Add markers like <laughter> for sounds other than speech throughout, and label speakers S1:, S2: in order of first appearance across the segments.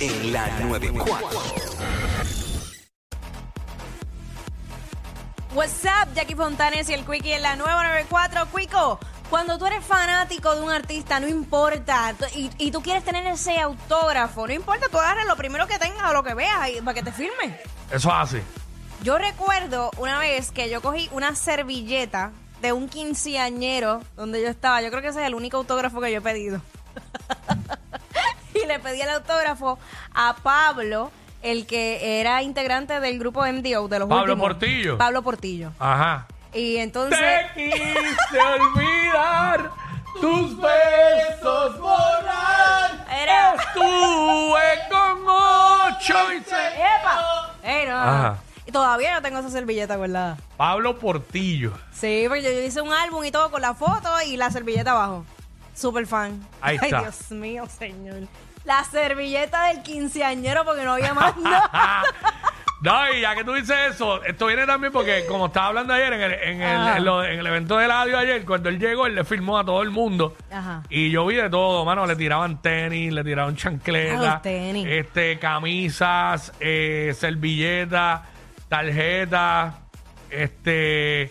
S1: en la 94.
S2: What's up, Jackie Fontanes y el Quickie en la nueva 94. Quico, cuando tú eres fanático de un artista, no importa, tú- y, y tú quieres tener ese autógrafo, no importa, tú agarras lo primero que tengas o lo que veas y- para que te firme.
S3: Eso es así.
S2: Yo recuerdo una vez que yo cogí una servilleta de un quinceañero donde yo estaba. Yo creo que ese es el único autógrafo que yo he pedido. <laughs> y le pedí el autógrafo a Pablo, el que era integrante del grupo MDO de los
S3: Pablo
S2: últimos.
S3: Portillo.
S2: Pablo Portillo.
S3: Ajá.
S2: Y entonces.
S3: Te
S2: <laughs>
S3: quise olvidar tus besos borrar.
S2: Era-
S3: Estuve con ocho y se...
S2: ¡Epa! Ey, no, no, no.
S3: Ajá.
S2: Y Todavía no tengo esa servilleta guardada.
S3: Pablo Portillo.
S2: Sí, porque yo hice un álbum y todo con la foto y la servilleta abajo. Super fan.
S3: Ahí está.
S2: Ay, Dios mío, señor. La servilleta del quinceañero porque no
S3: <laughs>
S2: había más nada.
S3: No, y ya que tú dices eso, esto viene también porque, como estaba hablando ayer en el, en el-
S2: Ajá.
S3: en lo- en el evento de radio ayer, cuando él llegó, él le filmó a todo el mundo.
S2: Ajá.
S3: Y yo vi de todo, mano. Le tiraban tenis, le tiraban
S2: Ah,
S3: chancletas,
S2: los tenis.
S3: este, camisas, eh, servilletas, tarjetas, este,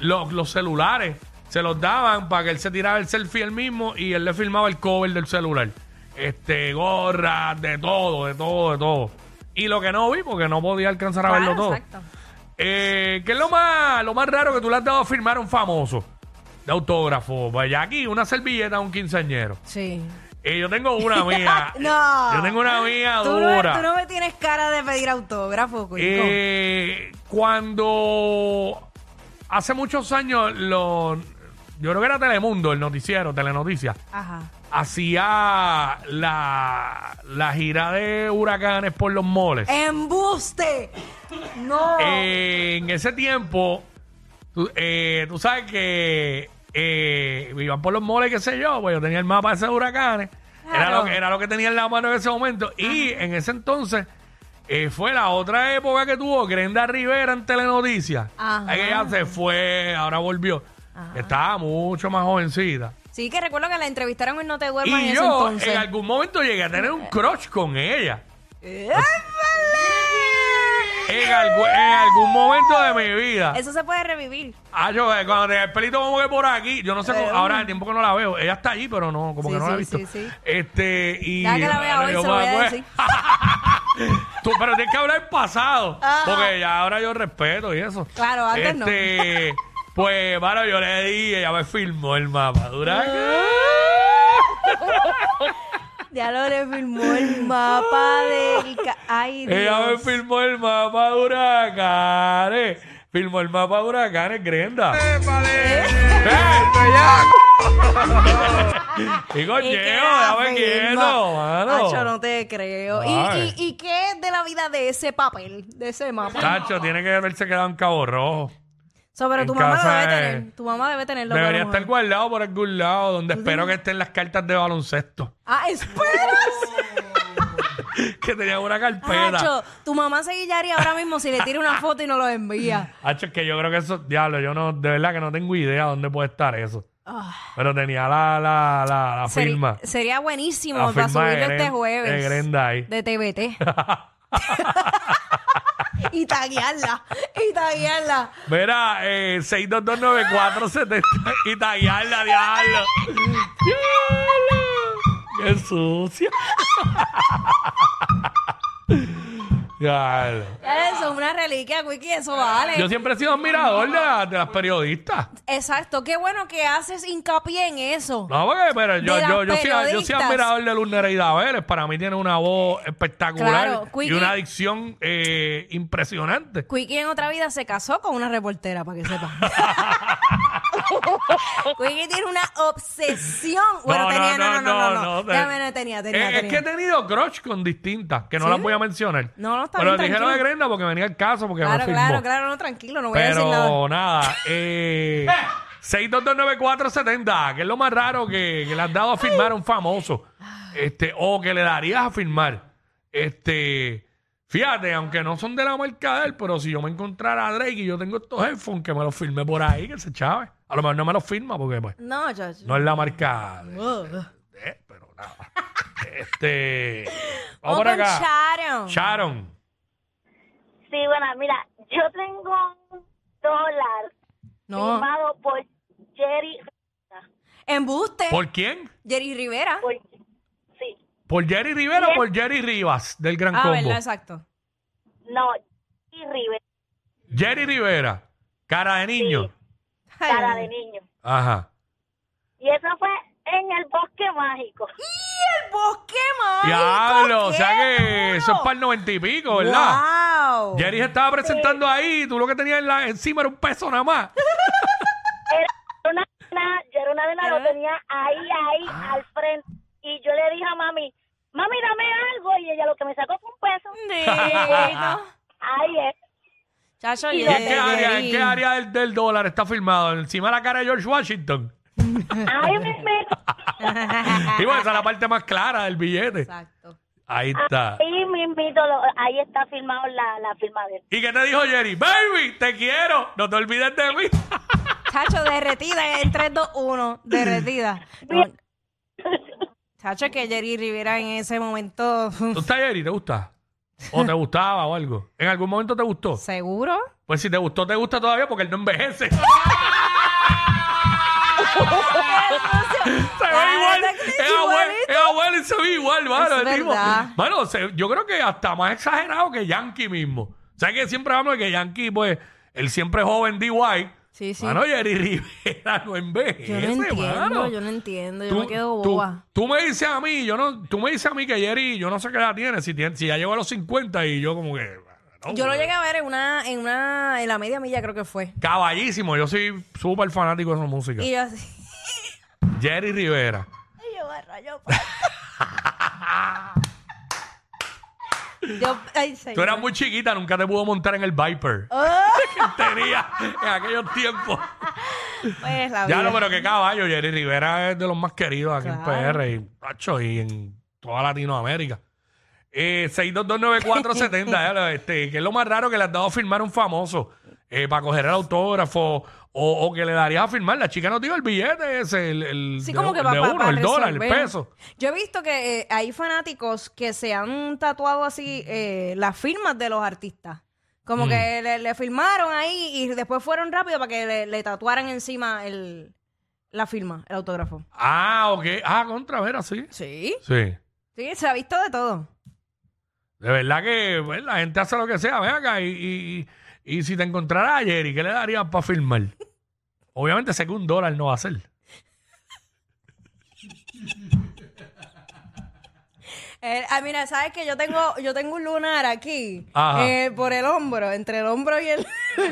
S3: los, los celulares. Se los daban para que él se tirara el selfie él mismo y él le filmaba el cover del celular. Este, gorras, de todo, de todo, de todo. Y lo que no vi, porque no podía alcanzar a
S2: Claro,
S3: verlo todo.
S2: exacto.
S3: Eh, ¿Qué es lo más, lo más raro que tú le has dado a firmar a un famoso? De autógrafo. Vaya aquí, una servilleta a un quinceañero.
S2: Sí.
S3: Eh, yo
S2: <laughs>
S3: tengo una mía.
S2: No.
S3: Yo tengo una mía
S2: Tú no,
S3: dura.
S2: tú no me tienes cara de pedir autógrafo, Cuico.
S3: Eh, cuando hace muchos años, lo, yo creo que era Telemundo, el noticiero, Telenoticias,
S2: Ajá.
S3: hacía la, la gira de huracanes por los moles.
S2: ¡Embuste! No.
S3: Eh, en ese tiempo, tú, eh, tú sabes que eh, iban por los moles, qué sé yo, pues yo tenía el mapa de esos huracanes.
S2: Claro.
S3: Era, lo que, era lo que tenía en la mano en ese momento. Y en ese entonces eh, fue la otra época que tuvo Grenda Rivera en Telenoticias.
S2: Ajá.
S3: Ahí Ella se fue, ahora volvió. Estaba mucho más jovencita.
S2: Sí, que recuerdo que la entrevistaron en No Te Duermas en
S3: Y
S2: ese
S3: yo
S2: entonces.
S3: en algún momento llegué a tener un crush con ella.
S2: ¿Eh?
S3: En, algu- en algún momento de mi vida.
S2: Eso se puede revivir.
S3: Ah, yo, eh, cuando tenía el pelito como que por aquí, yo no sé, cómo-
S2: Pero-
S3: ahora el tiempo que no la veo, ella está allí, pero no, como
S2: Sí,
S3: que no la
S2: sí,
S3: he visto.
S2: sí, sí.
S3: Este, y.
S2: Deja que la vea
S3: Bueno,
S2: hoy,
S3: yo
S2: se lo voy a
S3: pues, <laughs>
S2: decir.
S3: Tú, pero tienes que hablar en pasado,
S2: Ajá.
S3: porque ya ahora yo respeto y eso.
S2: Claro, antes no.
S3: este,
S2: <laughs>
S3: Pues, bueno, yo le di, ella me filmó el mapa. Dura.
S2: Ah. Ya lo le firmó el mapa del... ca- Ay, Dios.
S3: <laughs> Ella me filmó el mapa de huracanes. Filmó el mapa de huracanes, Grenda. ¡Eh! <laughs> Y
S2: Y
S3: coñeo,
S2: que
S3: déjame
S2: la
S3: quieto,
S2: firma.
S3: mano.
S2: Acho, no te creo. ¿Y,
S3: Ay.
S2: y, y qué es de la vida de ese papel, de ese mapa?
S3: Tacho, tiene que haberse quedado en Cabo Rojo.
S2: O sea, pero
S3: en
S2: tu mamá lo
S3: casa
S2: debe
S3: es-
S2: tener. Tu mamá debe tenerlo. a
S3: Debería
S2: lo mejor.
S3: estar guardado por algún lado, donde espero que estén las cartas de baloncesto. <laughs>
S2: Ah, esperas.
S3: Que tenía una carpeta.
S2: Acho, tu mamá se guillaría ahora mismo si le tira una foto y no lo envía.
S3: Hacho, es que yo creo que eso, diablo, yo no, de verdad que no tengo idea dónde puede estar eso.
S2: Ah.
S3: Pero tenía la, la, la, la
S2: Seri-
S3: firma.
S2: sería buenísimo
S3: La
S2: para
S3: firma de
S2: subirlo este
S3: Gren- de
S2: jueves.
S3: Grenda ahí.
S2: De
S3: <laughs>
S2: TBT. y taguearla. Y taguearla.
S3: Mira, eh, 6229470 y taguearla, diablo. Diablo. Qué sucia. Diablo.
S2: Ya Eso es una reliquia, Wiki, eso vale.
S3: Yo siempre he sido admirador de, la- de las periodistas.
S2: Exacto, qué bueno que haces hincapié en eso.
S3: No, porque, pero yo,
S2: De las
S3: yo, yo, soy, yo soy
S2: periodistas.
S3: admirador de Luz Nereida Vélez. Para mí tiene una voz espectacular
S2: Claro, Quickie.
S3: y una dicción eh, impresionante. <laughs>
S2: Quickie en otra vida se casó con una reportera, para que sepa. Quickie tiene una obsesión. Bueno,
S3: No,
S2: tenía, no, no, no, no. no,
S3: no, no.
S2: Déjame, no tenía, tenía.
S3: Eh, es,
S2: tenía.
S3: que he tenido crush con distintas, que no
S2: ¿Sí?
S3: las voy a mencionar.
S2: No, no, está
S3: Pero
S2: bien,
S3: dije lo de
S2: tranquilo.
S3: Grenda porque venía el caso, porque
S2: claro,
S3: no firmó.
S2: claro, claro, no, tranquilo, no voy a decir nada. <laughs>
S3: Pero nada, eh, 6229470, que es lo más raro que, que le has dado a firmar a un famoso. Este, o que le darías a firmar. Este, fíjate, aunque no son de la marca de él, pero si yo me encontrara a Drake y yo tengo estos headphones que me los firme por ahí, que se chave. A lo mejor no me los firma porque pues,
S2: No, Oh. yo. yo-
S3: no es la marca de,
S2: Ugh.
S3: de él, Eh, pero nada. <laughs> Este,
S2: Vamos
S3: vamos por
S2: con
S3: acá.
S2: Sharon.
S3: Sharon.
S4: Sí, bueno, mira, yo tengo un dólar
S2: No,
S4: firmado por Jerry.
S2: embuste.
S3: ¿Por quién?
S2: Jerry Rivera.
S4: Por, sí,
S3: ¿Por Jerry Rivera o por Jerry Rivas del Gran
S2: Ah,
S3: Combo?
S2: verdad, exacto.
S4: no, Jerry Rivera,
S3: Jerry Rivera, cara de niño.
S4: cara de niño.
S3: Ajá.
S4: Y eso fue en el bosque mágico.
S2: ¡El bosque mágico!
S3: Diablo, o
S2: qué
S3: sea que
S2: duro!
S3: eso es para el noventa y pico, ¿verdad?
S2: ¡Wow!
S3: Jerry se estaba presentando ahí y tú lo que tenías en la- encima era un peso nada más.
S4: Era una nena, yo era una nena, lo tenía ahí, ahí, al frente. Y yo le dije a mami, mami, dame algo. Y ella lo que me sacó fue un peso.
S3: <laughs>
S2: Dito.
S4: Ahí es.
S2: Chacho,
S3: ¿Y
S4: ¿Y
S3: en
S2: Jerry.
S3: qué área, en qué área del, del dólar está firmado? ¿Encima de la cara de
S2: <laughs>
S3: George Washington?
S4: Ahí mismo.
S3: Y bueno, esa es la parte más clara del billete.
S2: Exacto.
S3: Ahí está.
S4: Ahí mismito, lo- ahí está firmado la, la firma de él.
S3: ¿Y qué te dijo Jerry? Baby, te quiero. No te olvides de mí.
S2: Chacho, derretida en 3, 2, 1.
S4: <laughs>
S2: Derretida. No. Chacho, que Jerry Rivera en ese momento. <laughs>
S3: ¿Tú estás Jerry? <laughs> ¿Te gusta? ¿O te gustaba o algo? ¿En algún momento te gustó? <laughs>
S2: ¿Seguro?
S3: Pues si te gustó, te gusta todavía porque él no envejece. <laughs> Se ve
S2: Ah,
S3: igual.
S2: está
S3: Es abuelo,
S2: igualito.
S3: es abuelo y se ve igual, mano.
S2: Es
S3: el tipo.
S2: verdad.
S3: Bueno, se- yo creo que hasta más exagerado que Yankee mismo. ¿Sabes que siempre hablamos de que Yankee, pues, él siempre es joven D.Y.?
S2: Sí, sí.
S3: Mano, Jerry <laughs> Rivera no envejece,
S2: Yo no entiendo,
S3: mano.
S2: yo no entiendo. Yo
S3: Tú-
S2: me quedo
S3: tú-
S2: boba.
S3: Tú, me dices a mí, yo no, tú me dices a mí que Jerry, yo no sé qué edad tiene, si, tiene, si ya llegó a los 50 y yo como que... no,
S2: Yo lo llegué a ver en una, en una, en la media milla creo que fue.
S3: Caballísimo, yo soy súper fanático de su música.
S2: Y yo así. <laughs>
S3: Jerry Rivera.
S2: Ay, yo barra, yo barra.
S3: <laughs>
S2: Yo, ay, Ah. señor.
S3: Tú eras muy chiquita, nunca te pudo montar en el Viper. que <laughs> tenía en aquellos tiempos.
S2: Pues, la
S3: Ya
S2: vida.
S3: no, pero qué caballo. Jerry Rivera es de los más queridos aquí
S2: Claro.
S3: en PR y, macho, y en toda Latinoamérica. Eh, 6229470,
S2: <laughs>
S3: ya lo- este, que es lo más raro que le has dado a firmar a un famoso eh, para coger el autógrafo o, o que le darías a firmar. La chica no dio el billete ese, el, el
S2: Sí,
S3: de-
S2: como que
S3: el
S2: va
S3: de
S2: pa-
S3: uno,
S2: pa
S3: el dólar, el
S2: resolver.
S3: peso.
S2: Yo he visto que eh, hay fanáticos que se han tatuado así eh, las firmas de los artistas. Como
S3: Mm.
S2: que le, le firmaron ahí y después fueron rápido para que le, le tatuaran encima el, la firma, el autógrafo.
S3: Ah, ok. Ah, contra, ver, así.
S2: Sí.
S3: Sí.
S2: Sí, se ha visto de todo.
S3: De verdad que pues, la gente hace lo que sea, ven acá. Y, y- y- y si te encontrara a Jerry, ¿qué le darías para firmar? Obviamente sé que un dólar no va a ser.
S2: Eh, ah, mira, sabes que yo tengo, yo tengo un lunar aquí
S3: Ajá.
S2: eh, por el hombro, entre el hombro y el.
S3: <laughs>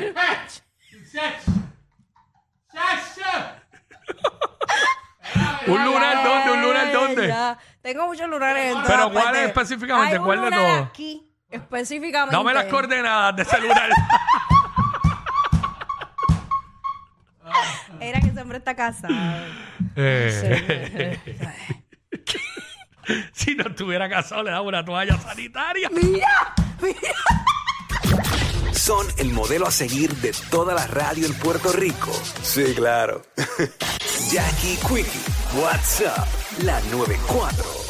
S3: ¿Un
S2: Ya,
S3: lunar
S2: ya,
S3: dónde? ¿Un
S2: ya,
S3: lunar
S2: ya,
S3: dónde?
S2: ya. Tengo muchos lunares. en
S3: Pero
S2: todas
S3: ¿cuál es
S2: partes.
S3: específicamente?
S2: Hay un
S3: ¿Cuál de
S2: lunar
S3: todos?
S2: Aquí, específicamente.
S3: Dame las coordenadas de ese lunar.
S2: Era que siempre está
S3: <laughs>
S2: casado.
S3: Eh, <laughs> si no estuviera casado, le daba una toalla sanitaria.
S2: mira, mira.
S1: Son el modelo a seguir de toda la radio en Puerto Rico. Sí, claro. Jackie Quickie, WhatsApp, la 94.